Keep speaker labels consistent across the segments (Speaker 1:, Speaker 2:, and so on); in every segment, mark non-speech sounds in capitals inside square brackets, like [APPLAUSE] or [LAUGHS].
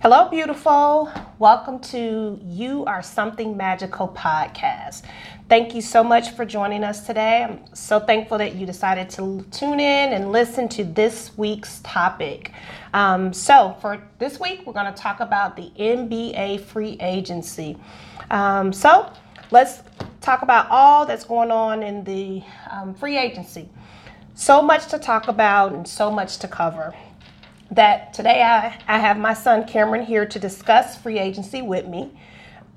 Speaker 1: Hello, beautiful. Welcome to You Are Something Magical podcast. Thank you so much for joining us today. I'm so thankful that you decided to tune in and listen to this week's topic. Um, so, for this week, we're going to talk about the NBA free agency. Um, so, let's talk about all that's going on in the um, free agency. So much to talk about and so much to cover that today I, I have my son Cameron here to discuss free agency with me.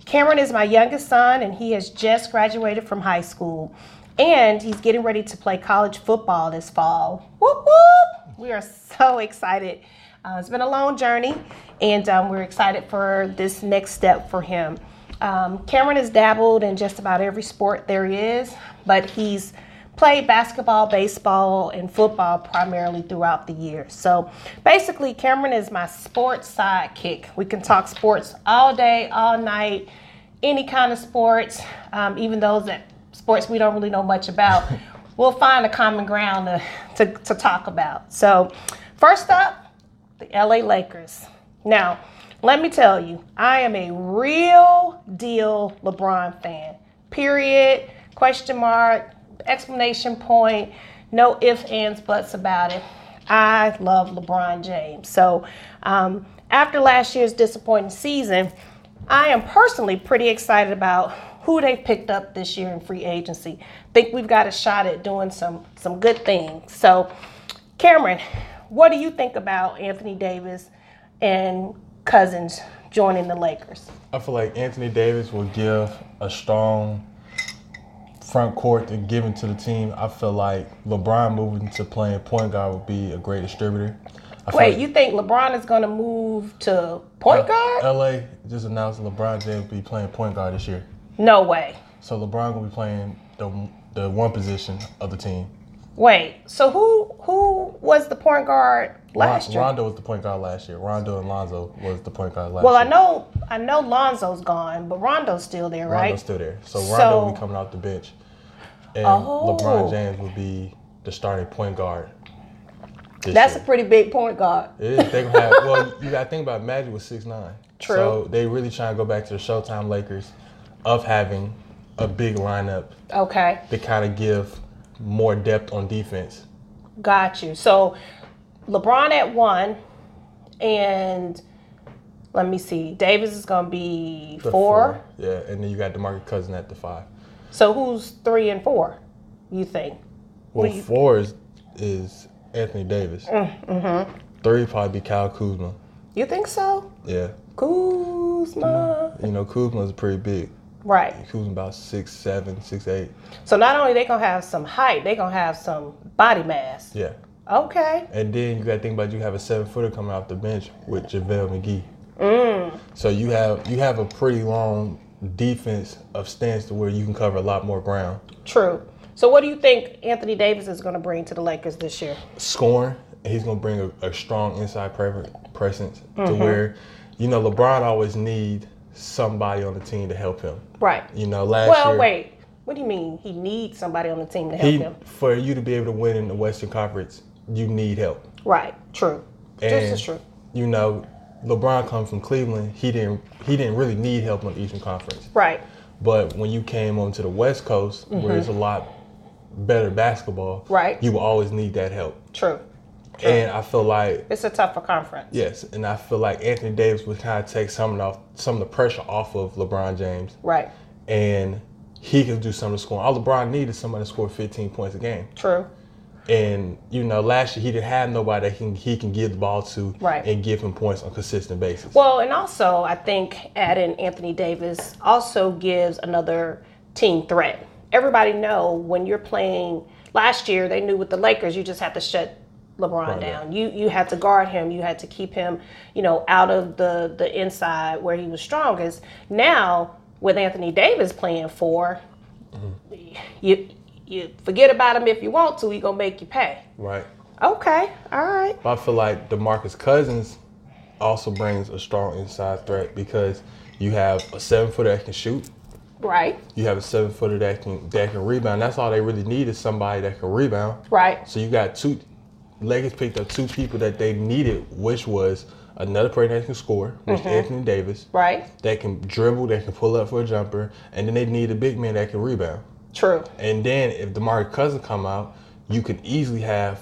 Speaker 1: Cameron is my youngest son, and he has just graduated from high school, and he's getting ready to play college football this fall. Whoop whoop! We are so excited. Uh, it's been a long journey, and um, we're excited for this next step for him. Um, Cameron has dabbled in just about every sport there is, but he's played basketball, baseball, and football primarily throughout the year. So basically, Cameron is my sports sidekick. We can talk sports all day, all night, any kind of sports, um, even those that sports we don't really know much about. we'll find a common ground to, to, to talk about. So, first up, the LA Lakers. Now, let me tell you, I am a real deal LeBron fan. Period. Question mark explanation point, no ifs, ands, buts about it. I love LeBron James. So, um, after last year's disappointing season, I am personally pretty excited about who they picked up this year in free agency. Think we've got a shot at doing some some good things. So, Cameron, what do you think about Anthony Davis and Cousins joining the Lakers?
Speaker 2: I feel like Anthony Davis will give a strong front court and giving to the team, I feel like LeBron moving to playing point guard would be a great distributor. I feel
Speaker 1: Wait,
Speaker 2: like
Speaker 1: you think LeBron is going to move to
Speaker 2: Uh,
Speaker 1: point guard?
Speaker 2: LA just announced LeBron James be playing point guard this year.
Speaker 1: No way.
Speaker 2: So LeBron gonna be playing the the one position of the team.
Speaker 1: Wait. So who who was the point guard
Speaker 2: Ron-
Speaker 1: last year?
Speaker 2: Rondo was the point guard last year. Rondo and Lonzo was the point guard last
Speaker 1: well, I
Speaker 2: year.
Speaker 1: know I know Lonzo's gone, but Rondo's still there,
Speaker 2: Rondo's
Speaker 1: right?
Speaker 2: still there. So
Speaker 1: So-
Speaker 2: Rondo will be coming off the bench. And
Speaker 1: Oh.
Speaker 2: LeBron James will be the starting point guard. this
Speaker 1: That's a
Speaker 2: year.
Speaker 1: pretty big point guard.
Speaker 2: It is. They gonna have. well, you got to think about it, Magic was six nine.
Speaker 1: True.
Speaker 2: So they really trying to go back to the Showtime Lakers of having a big lineup
Speaker 1: Okay,
Speaker 2: to kind of give more depth on defense.
Speaker 1: got you. So LeBron at one, and let me see. Davis is going to be
Speaker 2: The
Speaker 1: four.
Speaker 2: Yeah, and then you got DeMarcus Cousins at the five.
Speaker 1: So who's three and four? You think?
Speaker 2: Well,
Speaker 1: do you- Mm,
Speaker 2: four is, is Anthony Davis. Mm-hmm. Three probably be Kyle Kuzma.
Speaker 1: You think so?
Speaker 2: Yeah,
Speaker 1: Kuzma.
Speaker 2: you know Kuzma's pretty big.
Speaker 1: Right.
Speaker 2: Kuzma about six seven, six eight.
Speaker 1: So not only they gonna have some height, they gonna have some body mass.
Speaker 2: Yeah,
Speaker 1: Okay.
Speaker 2: And then you got to think about you have a seven footer coming off the bench with JaVale McGee.
Speaker 1: Mm.
Speaker 2: So you have you have a pretty long defense of stance to where you can cover a lot more ground.
Speaker 1: True. So what do you think Anthony Davis is gonna bring to the Lakers this year?
Speaker 2: Scoring, he's gonna bring a, a strong inside pre- presence to
Speaker 1: Mm-hmm.
Speaker 2: where, you know, LeBron always need somebody on the team to help him.
Speaker 1: Right.
Speaker 2: You know, last
Speaker 1: Well,
Speaker 2: year
Speaker 1: wait. What do you mean he needs somebody on the team to help
Speaker 2: he
Speaker 1: him?
Speaker 2: for you to be able to win in the Western Conference, you need help.
Speaker 1: Right. True.
Speaker 2: And,
Speaker 1: this is true.
Speaker 2: You know, LeBron comes from Cleveland. He didn't he didn't really need help on the Eastern Conference.
Speaker 1: Right.
Speaker 2: But when you came onto the West Coast, where it's a lot better basketball,
Speaker 1: Mm-hmm. Right.
Speaker 2: You will always need that help.
Speaker 1: True.
Speaker 2: And I feel like
Speaker 1: It's a tougher conference.
Speaker 2: yes, and I feel like Anthony Davis would kind of take some of the, some of the pressure off of LeBron James,
Speaker 1: Right.
Speaker 2: and he could do some of the scoring. All LeBron needed is somebody to score 15 points a game.
Speaker 1: True.
Speaker 2: And you know, last year he didn't have nobody that can he can give the ball to
Speaker 1: Right.
Speaker 2: and give him points on a consistent basis.
Speaker 1: Well, and also I think adding Anthony Davis also gives another team threat. Everybody know when you're playing last year, they knew with the Lakers you just had to shut LeBron
Speaker 2: Right,
Speaker 1: down. You you had to guard him, you had to keep him, you know, out of the the inside where he was strongest. Now, with Anthony Davis playing four, you you forget about him if you want to, he gonna make you pay.
Speaker 2: right.
Speaker 1: Okay, all right.
Speaker 2: But I feel like DeMarcus Cousins also brings a strong inside threat because you have a seven footer that can shoot.
Speaker 1: Right,
Speaker 2: You have a seven footer that can that can rebound. That's all they really need is somebody that can rebound.
Speaker 1: right.
Speaker 2: So you got two Lakers picked up two people that they needed, which was another player that can score, which Anthony Davis,
Speaker 1: Right?
Speaker 2: that can dribble, that can pull up for a jumper, and then they need a big man that can rebound.
Speaker 1: True.
Speaker 2: And then if DeMar Cousin come out, you can easily have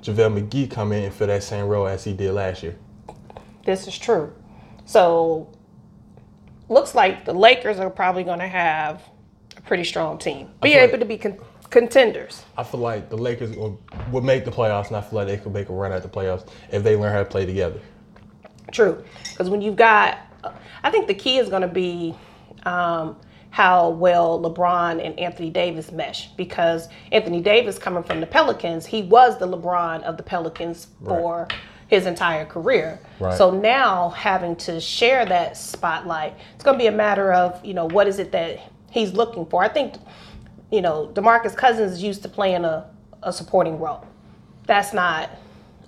Speaker 2: JaVale McGee come in and fill that same role as he did last year.
Speaker 1: This is true. So, looks like the Lakers are probably going to have a pretty strong team. Be
Speaker 2: feel like-
Speaker 1: able to be con- contenders.
Speaker 2: I feel like the Lakers will- would make the playoffs, and I feel like they could make a run at the playoffs if they learn how to play together.
Speaker 1: True, because when you've got, I think the key is going to be um, how well LeBron and Anthony Davis mesh. Because Anthony Davis, coming from the Pelicans, he was the LeBron of the Pelicans for his entire career.
Speaker 2: Right.
Speaker 1: So now having to share that spotlight, it's going to be a matter of you know what is it that he's looking for. I think, you know, Demarcus Cousins is used to playing a, a supporting role. That's not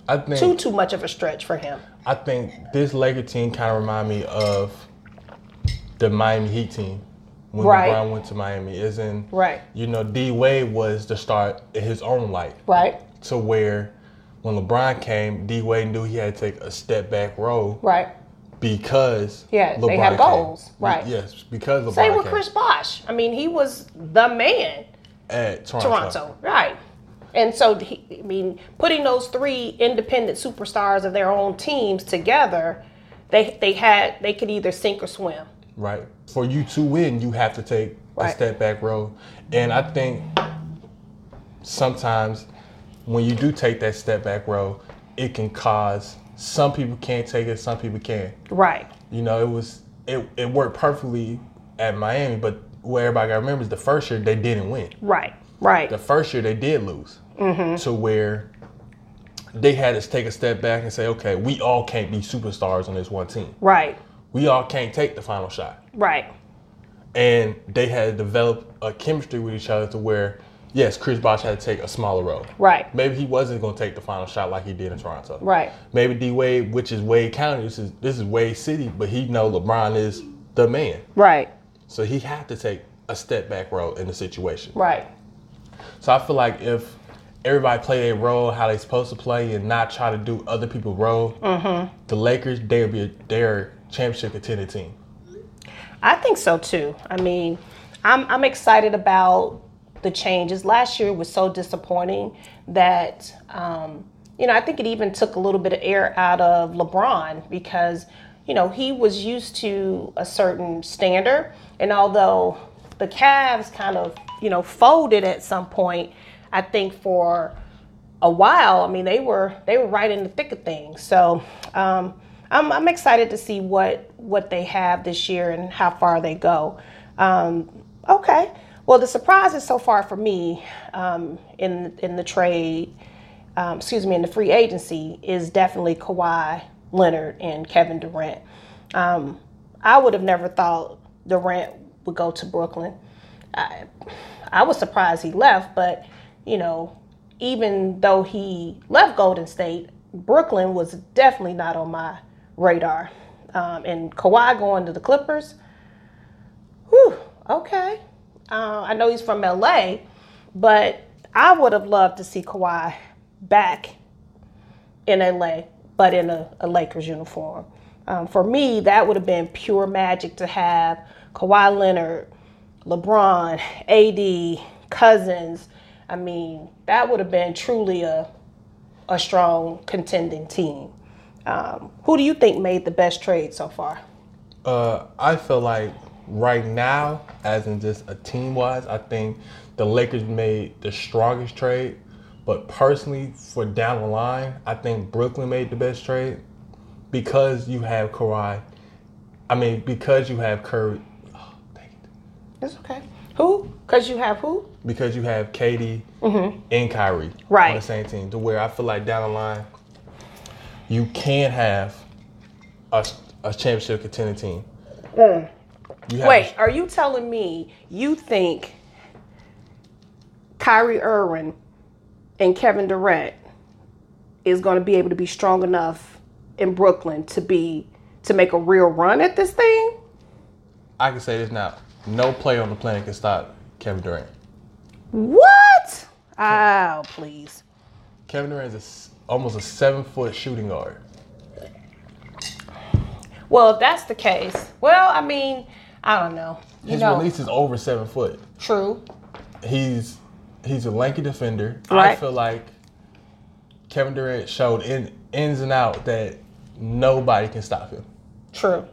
Speaker 2: I think
Speaker 1: too too much of a stretch for him.
Speaker 2: I think this Laker team kind of remind me of the Miami Heat team when
Speaker 1: Right.
Speaker 2: LeBron went to Miami. Isn't
Speaker 1: Right.
Speaker 2: You know, D Wade was the star in his own light.
Speaker 1: Right.
Speaker 2: To where when LeBron came, D Wade knew he had to take a step back role
Speaker 1: Right.
Speaker 2: because
Speaker 1: Yeah, they
Speaker 2: LeBron
Speaker 1: had
Speaker 2: came.
Speaker 1: goals, right.
Speaker 2: Yes, because LeBron
Speaker 1: Same with
Speaker 2: came
Speaker 1: Chris Bosh. I mean, he was the man,
Speaker 2: at Toronto.
Speaker 1: Toronto, right? And so, he, I mean, putting those three independent superstars of their own teams together, they they had they could either sink or swim.
Speaker 2: Right. For you to win, you have to take a
Speaker 1: Right.
Speaker 2: step back role. And I think sometimes when you do take that step back role, it can cause some people can't take it, some people can.
Speaker 1: Right.
Speaker 2: You know, it was it, it worked perfectly at Miami, but what everybody gotta remember is the first year they didn't win.
Speaker 1: Right. Right.
Speaker 2: The first year they did lose.
Speaker 1: Mm-hmm.
Speaker 2: To where they had us take a step back and say, okay, we all can't be superstars on this one team.
Speaker 1: Right.
Speaker 2: We all can't take the final shot
Speaker 1: Right.
Speaker 2: and they had developed a chemistry with each other to where, yes, Chris Bosh had to take a smaller role.
Speaker 1: Right.
Speaker 2: Maybe he wasn't going to take the final shot like he did in Toronto.
Speaker 1: Right.
Speaker 2: Maybe D Wade, which is Wade County, this is this is Wade City, but he know LeBron is the man,
Speaker 1: Right.
Speaker 2: so he had to take a step back role in the situation.
Speaker 1: Right.
Speaker 2: So I feel like if everybody play a role how they supposed to play and not try to do other people's role, the Lakers they would be a, their championship contending team.
Speaker 1: I think so too. I mean, I'm I'm excited about the changes. Last year was so disappointing that um, you know I think it even took a little bit of air out of LeBron because you know he was used to a certain standard, and although the Cavs kind of you know folded at some point, I think for a while. I mean, they were they were right in the thick of things. So um, I'm I'm excited to see what what they have this year and how far they go. Um, okay. Well, the surprises so far for me um, in in the trade, um, excuse me, in the free agency is definitely Kawhi Leonard and Kevin Durant. Um, I would have never thought Durant would go to Brooklyn. I, I was surprised he left, but you know, even though he left Golden State, Brooklyn was definitely not on my radar. Um, and Kawhi going to the Clippers. Whew, okay. Uh, I know he's from LA, but I would have loved to see Kawhi back in LA, but in a, a Lakers uniform. Um, for me, that would have been pure magic to have Kawhi Leonard, LeBron, AD, Cousins. I mean, that would have been truly a a strong contending team. Um, who do you think made the best trade so far?
Speaker 2: Uh, I feel like right now, as in just a team wise, I think the Lakers made the strongest trade. But personally, for down the line, I think Brooklyn made the best trade because you have Kawhi. I mean, because you have Curry. Oh, dang it.
Speaker 1: It's okay. Who? Because you have who?
Speaker 2: Because you have Katie and Kyrie on the
Speaker 1: Mm-hmm. Right.
Speaker 2: same team, to where I feel like down the line, you can have a, a championship contending team. You have a-
Speaker 1: Mm. Wait, are you telling me you think Kyrie Irwin and Kevin Durant is going to be able to be strong enough in Brooklyn to be to make a real run at this thing?
Speaker 2: I can say this now. No player on the planet can stop Kevin Durant.
Speaker 1: What? Oh, please.
Speaker 2: Kevin Durant is a s almost a seven foot shooting guard.
Speaker 1: Well, if that's the case, well, I mean, I don't know. You
Speaker 2: His
Speaker 1: know,
Speaker 2: release is over seven foot.
Speaker 1: true.
Speaker 2: He's he's a lanky defender. I
Speaker 1: Right.
Speaker 2: feel like Kevin Durant showed in ins and out that nobody can stop him
Speaker 1: True.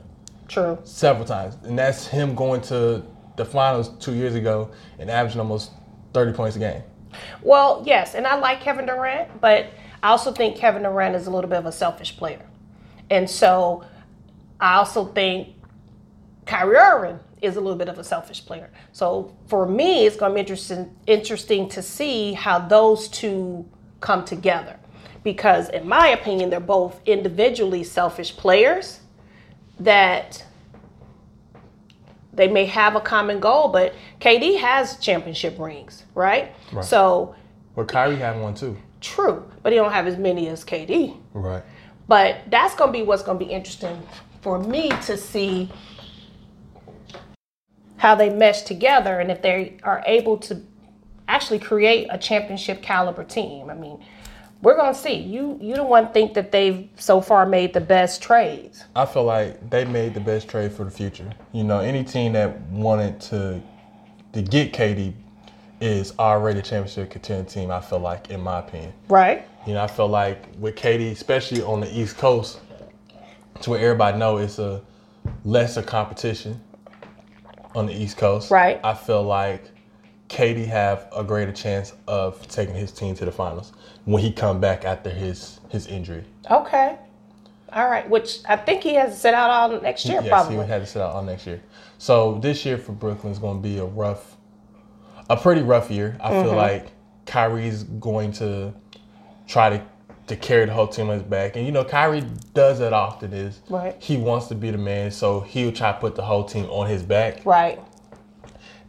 Speaker 1: True.
Speaker 2: several times, and that's him going to the finals two years ago and averaging almost thirty points a game.
Speaker 1: Well, yes, and I like Kevin Durant, but I also think Kevin Durant is a little bit of a selfish player. And so I also think Kyrie Irving is a little bit of a selfish player. So for me, it's going to be interesting interesting to see how those two come together, because in my opinion, they're both individually selfish players that they may have a common goal. But KD has championship rings, right?
Speaker 2: Right.
Speaker 1: So
Speaker 2: But Kyrie had one too.
Speaker 1: true, but he don't have as many as KD.
Speaker 2: Right.
Speaker 1: But that's going to be what's going to be interesting for me to see how they mesh together and if they are able to actually create a championship caliber team. I mean, we're going to see. You you don't want to think that they've so far made the best trades.
Speaker 2: I feel like they made the best trade for the future. You know, any team that wanted to to get KD is already a championship contending team. I feel like, in my opinion,
Speaker 1: Right?
Speaker 2: you know, I feel like with KD, especially on the East Coast, to where everybody know it's a lesser competition on the East Coast.
Speaker 1: Right.
Speaker 2: I feel like KD have a greater chance of taking his team to the finals when he come back after his his injury.
Speaker 1: Okay. All right, which I think he has to sit out all next year
Speaker 2: yes,
Speaker 1: probably.
Speaker 2: he would have to sit out all next year. So this year for Brooklyn is going to be a rough, a pretty rough year. I feel like Kyrie's going to try to to carry the whole team on his back, and you know Kyrie does that often. Is
Speaker 1: Right.
Speaker 2: he wants to be the man, so he'll try to put the whole team on his back,
Speaker 1: Right.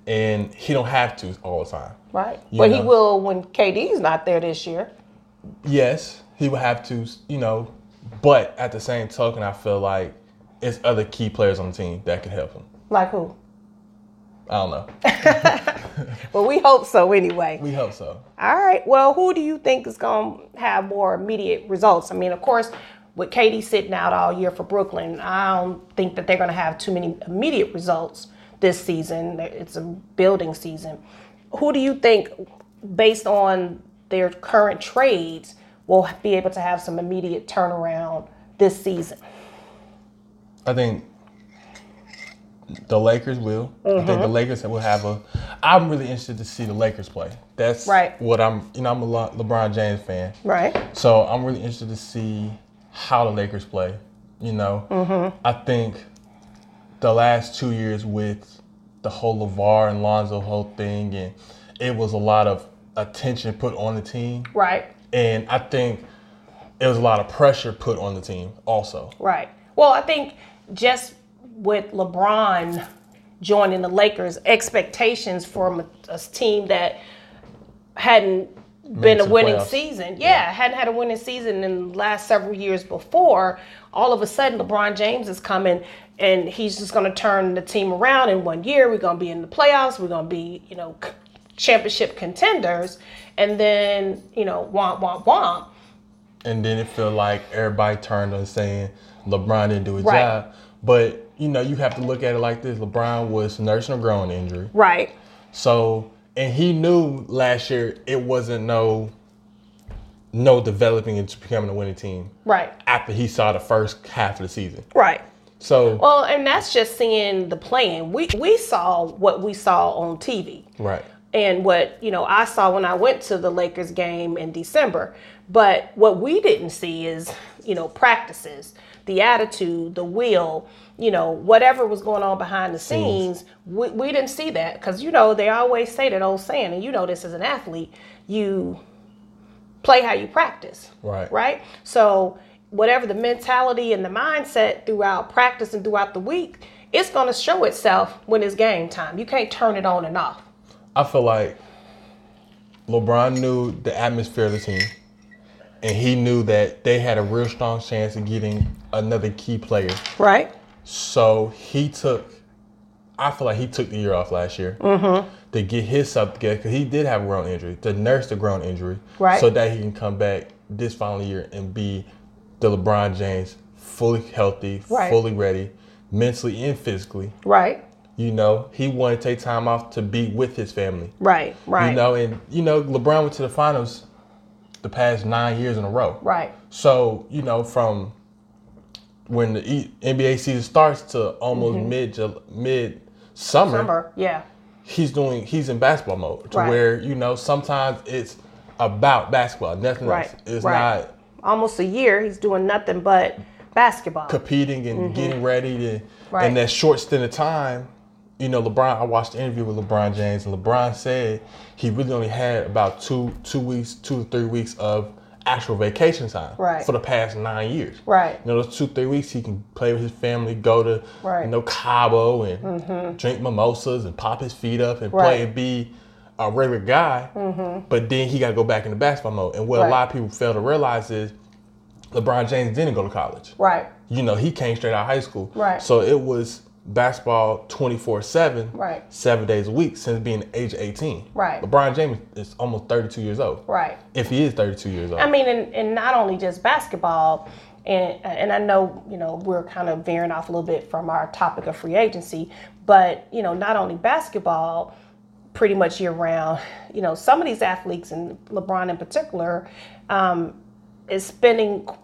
Speaker 2: and he don't have to all the time.
Speaker 1: Right. But he
Speaker 2: know.
Speaker 1: will when KD's not there this year.
Speaker 2: Yes, he would have to, you know, but at the same token, I feel like it's other key players on the team that can help him.
Speaker 1: Like who?
Speaker 2: I don't know.
Speaker 1: Well, we hope so anyway.
Speaker 2: We hope so.
Speaker 1: All right. Well, who do you think is going to have more immediate results? I mean, of course, with Katie sitting out all year for Brooklyn, I don't think that they're going to have too many immediate results this season. It's a building season. Who do you think, based on their current trades, will be able to have some immediate turnaround this season?
Speaker 2: I think the Lakers will. I think the Lakers will have a. I'm really interested to see the Lakers play. That's
Speaker 1: Right.
Speaker 2: What I'm, you know, I'm a Le- LeBron James fan,
Speaker 1: Right.
Speaker 2: so I'm really interested to see how the Lakers play. You know, I think the last two years with the whole Levar and Lonzo whole thing, and it was a lot of attention put on the team,
Speaker 1: Right.
Speaker 2: and I think it was a lot of pressure put on the team also.
Speaker 1: Right. Well, I think just with LeBron joining the Lakers, expectations from a, a team that hadn't been
Speaker 2: it
Speaker 1: a
Speaker 2: to the
Speaker 1: winning
Speaker 2: playoffs.
Speaker 1: season, yeah, hadn't had a winning season in the last several years before, all of a sudden LeBron James is coming and he's just going to turn the team around in one year. We're going to be in the playoffs. We're going to be, you know, c- championship contenders. And then, you know, womp, womp, womp.
Speaker 2: and then it feel like everybody turned on saying LeBron didn't do his
Speaker 1: Right.
Speaker 2: job. But you know, you have to look at it like this: LeBron was nursing a groin injury,
Speaker 1: Right.
Speaker 2: so and he knew last year it wasn't no no developing into becoming a winning team
Speaker 1: Right.
Speaker 2: after he saw the first half of the season.
Speaker 1: Right.
Speaker 2: So
Speaker 1: Well, and that's just seeing the plan. We we saw what we saw on TV
Speaker 2: right,
Speaker 1: and what, you know, I saw when I went to the Lakers game in December. But what we didn't see is, you know, practices, the attitude, the will, you know, whatever was going on behind the scenes, we, we didn't see that cuz you know, they always say that old saying and you know this as an athlete, you play how you practice
Speaker 2: right,
Speaker 1: right? So whatever the mentality and the mindset throughout practice and throughout the week, it's going to show itself when it's game time. You can't turn it on and off.
Speaker 2: I feel like LeBron knew the atmosphere of the team, and he knew that they had a real strong chance of getting another key player.
Speaker 1: Right.
Speaker 2: So he took, I feel like he took the year off last year
Speaker 1: Mm-hmm.
Speaker 2: to get his stuff together because he did have a groin injury, to nurse the groin injury,
Speaker 1: Right.
Speaker 2: so that he can come back this final year and be the LeBron James fully healthy,
Speaker 1: Right.
Speaker 2: fully ready, mentally and physically.
Speaker 1: Right.
Speaker 2: You know, he wanted to take time off to be with his family.
Speaker 1: Right. Right.
Speaker 2: You know, and you know, LeBron went to the finals the past nine years in a row.
Speaker 1: Right.
Speaker 2: So you know, from when the E- NBA season starts to almost
Speaker 1: Mm-hmm.
Speaker 2: mid mid summer,
Speaker 1: Remember? Yeah.
Speaker 2: he's doing he's in basketball mode to
Speaker 1: Right.
Speaker 2: where you know sometimes it's about basketball, nothing
Speaker 1: Right,
Speaker 2: else. It's
Speaker 1: right.
Speaker 2: not
Speaker 1: Almost a year, he's doing nothing but basketball.
Speaker 2: competing and getting ready to
Speaker 1: Mm-hmm. Right.
Speaker 2: in that short stint of time. You know, LeBron. I watched the interview with LeBron James, and LeBron said he really only had about two two weeks, two to three weeks of actual vacation time
Speaker 1: Right.
Speaker 2: for the past nine years.
Speaker 1: Right.
Speaker 2: You know, those two three weeks he can play with his family, go to
Speaker 1: Right. Mm-hmm.
Speaker 2: you know Cabo and drink mimosas and pop his feet up and
Speaker 1: Right. Mm-hmm.
Speaker 2: play and be a regular guy. But then he got to go back into basketball mode. And what
Speaker 1: Right.
Speaker 2: a lot of people fail to realize is LeBron James didn't go to college
Speaker 1: Right.
Speaker 2: you know, he came straight out of high school.
Speaker 1: Right.
Speaker 2: So it was basketball 24 7,
Speaker 1: Right.
Speaker 2: seven days a week since being age 18.
Speaker 1: Right.
Speaker 2: LeBron James is almost 32 years old.
Speaker 1: Right.
Speaker 2: If he is 32 years old.
Speaker 1: I mean, and, and not only just basketball, and and I know you know we're kind of veering off a little bit from our topic of free agency, but you know not only basketball, pretty much year round. You know some of these athletes, and LeBron in particular, um, is spending qu-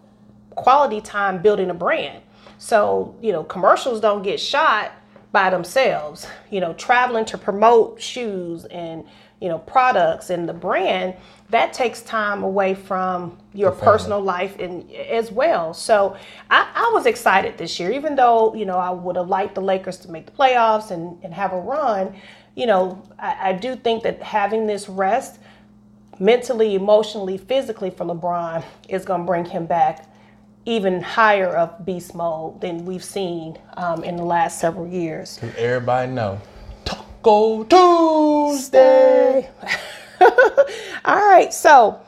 Speaker 1: quality time building a brand. So you know commercials don't get shot by themselves. You know traveling to promote shoes and you know products and the brand that takes time away from your
Speaker 2: family.
Speaker 1: personal personal life and as well. So I, I was excited this year, even though you know I would have liked the Lakers to make the playoffs and, and have a run. You know, I, I do think that having this rest mentally, emotionally, physically for LeBron is going to bring him back even higher of beast mode than we've seen um, in the last several years.
Speaker 2: Everybody know. Taco Tuesday.
Speaker 1: [LAUGHS] All right, so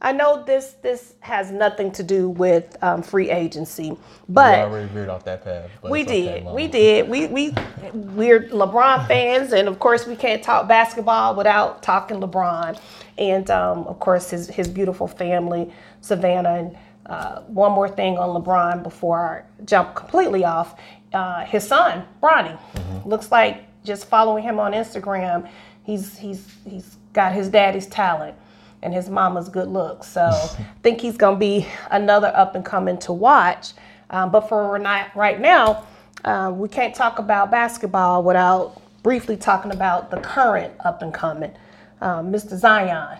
Speaker 1: I know this this has nothing to do with um, free agency,
Speaker 2: We
Speaker 1: but
Speaker 2: already veered off that path. but
Speaker 1: We
Speaker 2: it's okay,
Speaker 1: did.
Speaker 2: Mama.
Speaker 1: we did. We we we're LeBron fans, and of course we can't talk basketball without talking LeBron, and um, of course his his beautiful family, Savannah. And uh, one more thing on LeBron before I jump completely off, uh, his son Bronny looks like just following him on Instagram. He's he's he's got his daddy's talent and his mama's good looks. So I think he's going to be another up and coming to watch. Um, but for right- right now, uh, we can't talk about basketball without briefly talking about the current up and coming, um, Mr. Zion.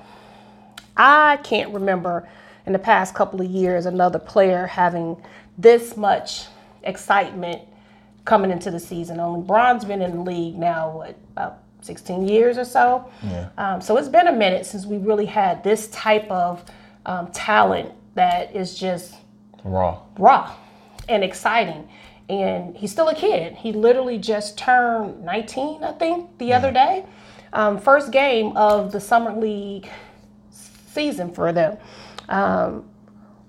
Speaker 1: I can't remember in the past couple of years another player having this much excitement coming into the season. Only Bron's been in the league now, what, about 16 years or so?
Speaker 2: Yeah.
Speaker 1: Um, so it's been a minute since we really had this type of um, talent that is just
Speaker 2: Raw.
Speaker 1: raw and exciting. And he's still a kid. He literally just turned 19, I think, the other day. Um, first game of the summer league season for them. Um,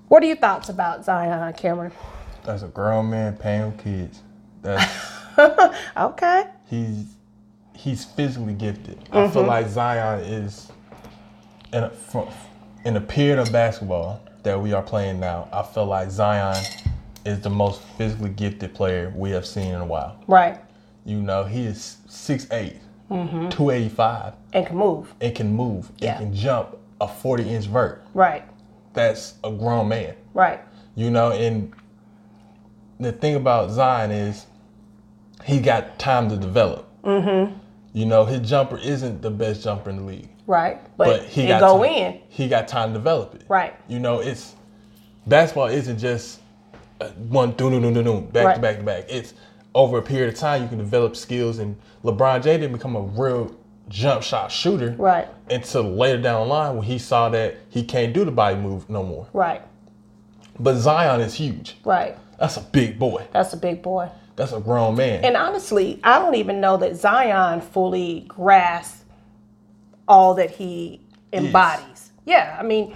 Speaker 1: what are your thoughts about Zion, Cameron? [LAUGHS]
Speaker 2: That's a grown man paying with kids. That's
Speaker 1: Okay.
Speaker 2: he's he's physically gifted. I feel like Zion is in a, from, in a period of basketball that we are playing now. I feel like Zion is the most physically gifted player we have seen in a while.
Speaker 1: Right.
Speaker 2: You know, he is 6'8", 285,
Speaker 1: And can move.
Speaker 2: and can move, and
Speaker 1: Yeah.
Speaker 2: can jump a 40-inch vert.
Speaker 1: Right.
Speaker 2: That's a grown man.
Speaker 1: Right.
Speaker 2: You know, and the thing about Zion is he got time to develop. Mm-hmm. You know, his jumper isn't the best jumper in the league,
Speaker 1: Right.
Speaker 2: but he
Speaker 1: and
Speaker 2: got
Speaker 1: go
Speaker 2: time,
Speaker 1: in.
Speaker 2: He got time to develop it.
Speaker 1: Right.
Speaker 2: You know, it's basketball isn't just uh, one doo doo doo doo doo back
Speaker 1: Right.
Speaker 2: to back to back. It's over a period of time you can develop skills, and LeBron James didn't become a real jump shot shooter
Speaker 1: Right.
Speaker 2: until later down the line when he saw that he can't do the body move no more.
Speaker 1: Right.
Speaker 2: But Zion is huge.
Speaker 1: Right.
Speaker 2: That's a big boy.
Speaker 1: That's a big boy.
Speaker 2: That's a grown man.
Speaker 1: And honestly, I don't even know that Zion fully grasped all that he embodies. Yeah, I mean,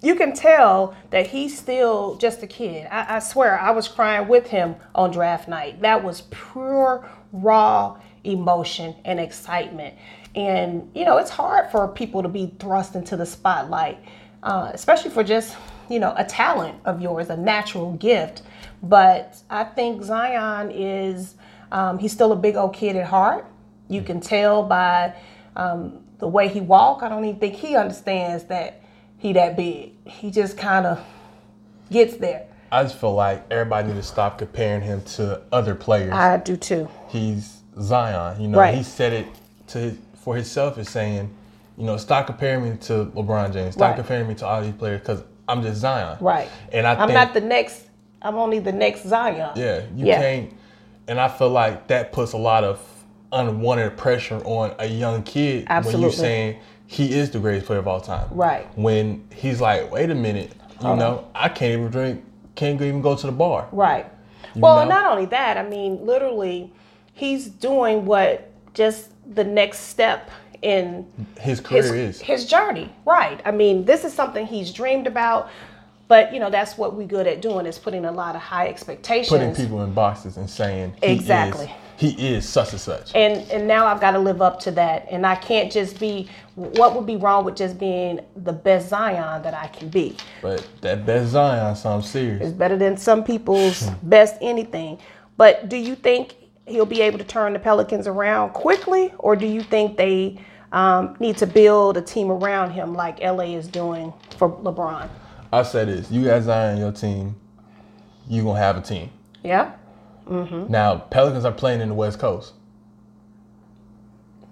Speaker 1: you can tell that he's still just a kid. I, I swear, I was crying with him on draft night. That was pure, raw emotion and excitement. And, you know, it's hard for people to be thrust into the spotlight, uh, especially for just, you know, a talent of yours, a natural gift. But I think Zion is, um, he's still a big old kid at heart. You can tell by um, the way he walk. I don't even think he understands that he that big. He just kind of gets there.
Speaker 2: I just feel like everybody need to stop comparing him to other players.
Speaker 1: I do too.
Speaker 2: He's Zion. You know,
Speaker 1: Right.
Speaker 2: he said it to his, for himself is saying, you know, stop comparing me to LeBron James. Stop
Speaker 1: Right.
Speaker 2: comparing me to all these players because I'm just Zion.
Speaker 1: Right.
Speaker 2: And I
Speaker 1: I'm
Speaker 2: think
Speaker 1: not the next. I'm only the next Zion.
Speaker 2: Yeah, you
Speaker 1: Yeah.
Speaker 2: can't. And I feel like that puts a lot of unwanted pressure on a young kid when
Speaker 1: Absolutely.
Speaker 2: you're saying he is the greatest player of all time.
Speaker 1: Right.
Speaker 2: When he's like, wait a minute, you know, I can't even drink, can't even go to the bar.
Speaker 1: Right. well,
Speaker 2: know?
Speaker 1: not only that, I mean, literally, he's doing what just the next step in
Speaker 2: His career
Speaker 1: his,
Speaker 2: is.
Speaker 1: his journey. Right. I mean, this is something he's dreamed about, but you know, that's what we good at doing is putting a lot of high expectations.
Speaker 2: Putting people in boxes and saying he
Speaker 1: Exactly.
Speaker 2: is he is such and such.
Speaker 1: and and now I've got to live up to that, and I can't just be. What would be wrong with just being the best Zion that I can be?
Speaker 2: but that best Zion, so I'm serious.
Speaker 1: It's better than some people's
Speaker 2: Hmm.
Speaker 1: best anything. But do you think he'll be able to turn the Pelicans around quickly, or do you think they um, need to build a team around him like LA is doing for LeBron?
Speaker 2: I said this: you got Zion, on your team, you gonna have a team.
Speaker 1: Yeah.
Speaker 2: Now Pelicans are playing in the West Coast,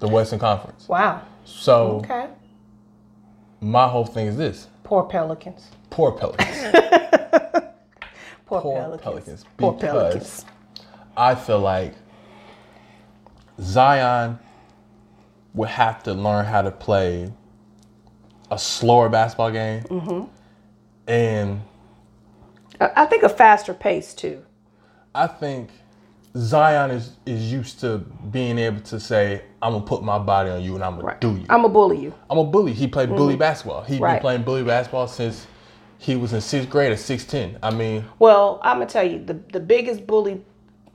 Speaker 2: the Western Conference.
Speaker 1: Wow.
Speaker 2: So
Speaker 1: Okay.
Speaker 2: my whole thing is this:
Speaker 1: Poor Pelicans.
Speaker 2: poor Pelicans,
Speaker 1: Poor,
Speaker 2: Poor
Speaker 1: Pelicans.
Speaker 2: Pelicans,
Speaker 1: Poor
Speaker 2: because-
Speaker 1: Pelicans.
Speaker 2: I feel like Zion would have to learn how to play a slower basketball game, and
Speaker 1: I I think a faster pace too.
Speaker 2: I think Zion is is used to being able to say, "I'm gonna put my body on you, and I'm gonna do you."
Speaker 1: I'm a bully you.
Speaker 2: I'm a bully. He played bully basketball. He's
Speaker 1: Mm-hmm. Right.
Speaker 2: been playing bully basketball since he was in sixth grade at six ten. I mean,
Speaker 1: Well, I'm gonna tell you the the biggest bully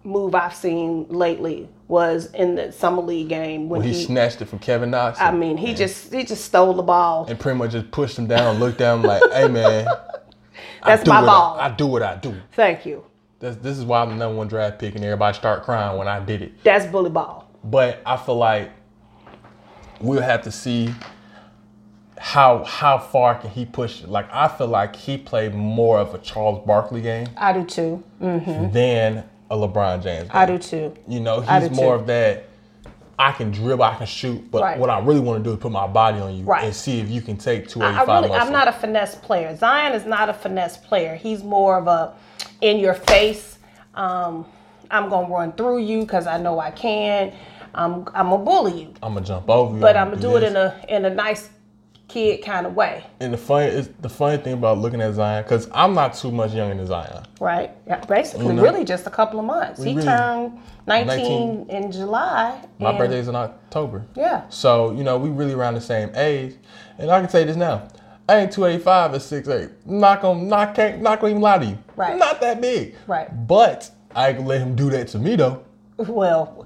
Speaker 1: move I've seen lately was in the summer league game when
Speaker 2: he,
Speaker 1: he.
Speaker 2: snatched it from Kevin Knox.
Speaker 1: I mean, he just he just stole the ball.
Speaker 2: and pretty much just pushed him down, looked down, like,
Speaker 1: [LAUGHS]
Speaker 2: "Hey man, I
Speaker 1: That's
Speaker 2: do
Speaker 1: my
Speaker 2: what
Speaker 1: ball.
Speaker 2: I, I do what I do."
Speaker 1: Thank you.
Speaker 2: This, this is why I'm the number one draft pick, and everybody start crying when I did it.
Speaker 1: That's bully ball.
Speaker 2: But I feel like we'll have to see how how far can he push it. Like I feel like he played more of a Charles Barkley game
Speaker 1: I do too. Mm-hmm.
Speaker 2: than a LeBron James.
Speaker 1: I do too.
Speaker 2: You know,
Speaker 1: do
Speaker 2: he's
Speaker 1: too.
Speaker 2: more of that. I can dribble, I can shoot, but
Speaker 1: Right.
Speaker 2: what I really want to do is put my body on you
Speaker 1: Right.
Speaker 2: and see if you can take
Speaker 1: I
Speaker 2: 285
Speaker 1: really, I'm
Speaker 2: muscle.
Speaker 1: not a finesse player. Zion is not a finesse player. He's more of a in your face. Um, I'm gonna run through you because I know I can. I'm I'm gonna bully you,
Speaker 2: I'm gonna jump over you.
Speaker 1: but I'm gonna do it
Speaker 2: this.
Speaker 1: in a in a nice kid kind of way,
Speaker 2: And the funny is the funny thing about looking at Zion, because I'm not too much younger than Zion.
Speaker 1: right? Yeah, basically,
Speaker 2: know-
Speaker 1: really just a couple of months. He
Speaker 2: really-
Speaker 1: turned 19,
Speaker 2: 19.
Speaker 1: in July.
Speaker 2: My
Speaker 1: and-
Speaker 2: birthday's in October.
Speaker 1: Yeah.
Speaker 2: So, you know, we really around the same age. And I can say this now. I ain't 285 or 6'8. Not gonna not can't not gonna even lie to you.
Speaker 1: Right.
Speaker 2: Not that big.
Speaker 1: Right.
Speaker 2: But I can let him do that to me though.
Speaker 1: Well,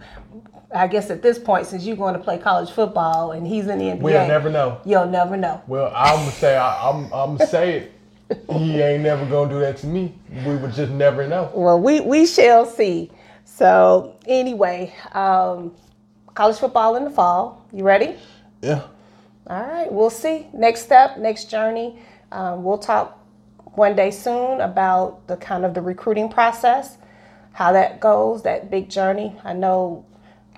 Speaker 1: I guess at this point, since you're going to play college football and he's in the NBA,
Speaker 2: We'll never know.
Speaker 1: You'll never know.
Speaker 2: Well, I'm gonna say I, I'm I'm gonna say it. He ain't never gonna do that to me. We would just never know.
Speaker 1: Well, we we shall see. So anyway, um, college football in the fall. You ready?
Speaker 2: Yeah.
Speaker 1: All right. We'll see. Next step, next journey. Um, we'll talk one day soon about the kind of the recruiting process, how that goes, that big journey. I know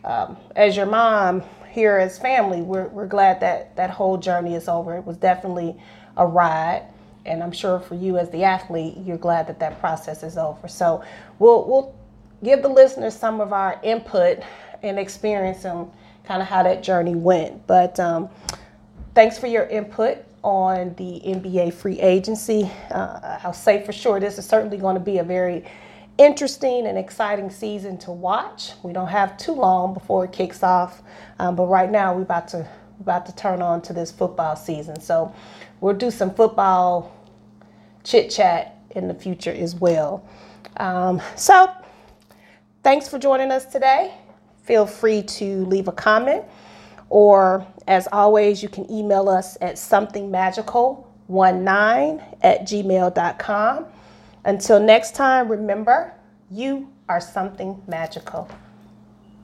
Speaker 1: um, as your mom here as family we're, we're glad that that whole journey is over it was definitely a ride and i'm sure for you as the athlete you're glad that that process is over so we'll we'll give the listeners some of our input and experience and kind of how that journey went but um, thanks for your input on the nba free agency uh, i'll say for sure this is certainly going to be a very interesting and exciting season to watch. We don't have too long before it kicks off, um, but right now we're about to about to turn on to this football season. So we'll do some football chit chat in the future as well. Um, so thanks for joining us today. Feel free to leave a comment, or as always, you can email us at somethingmagicalpodcast 19 at gmail.com. Until next time, remember, you are something magical.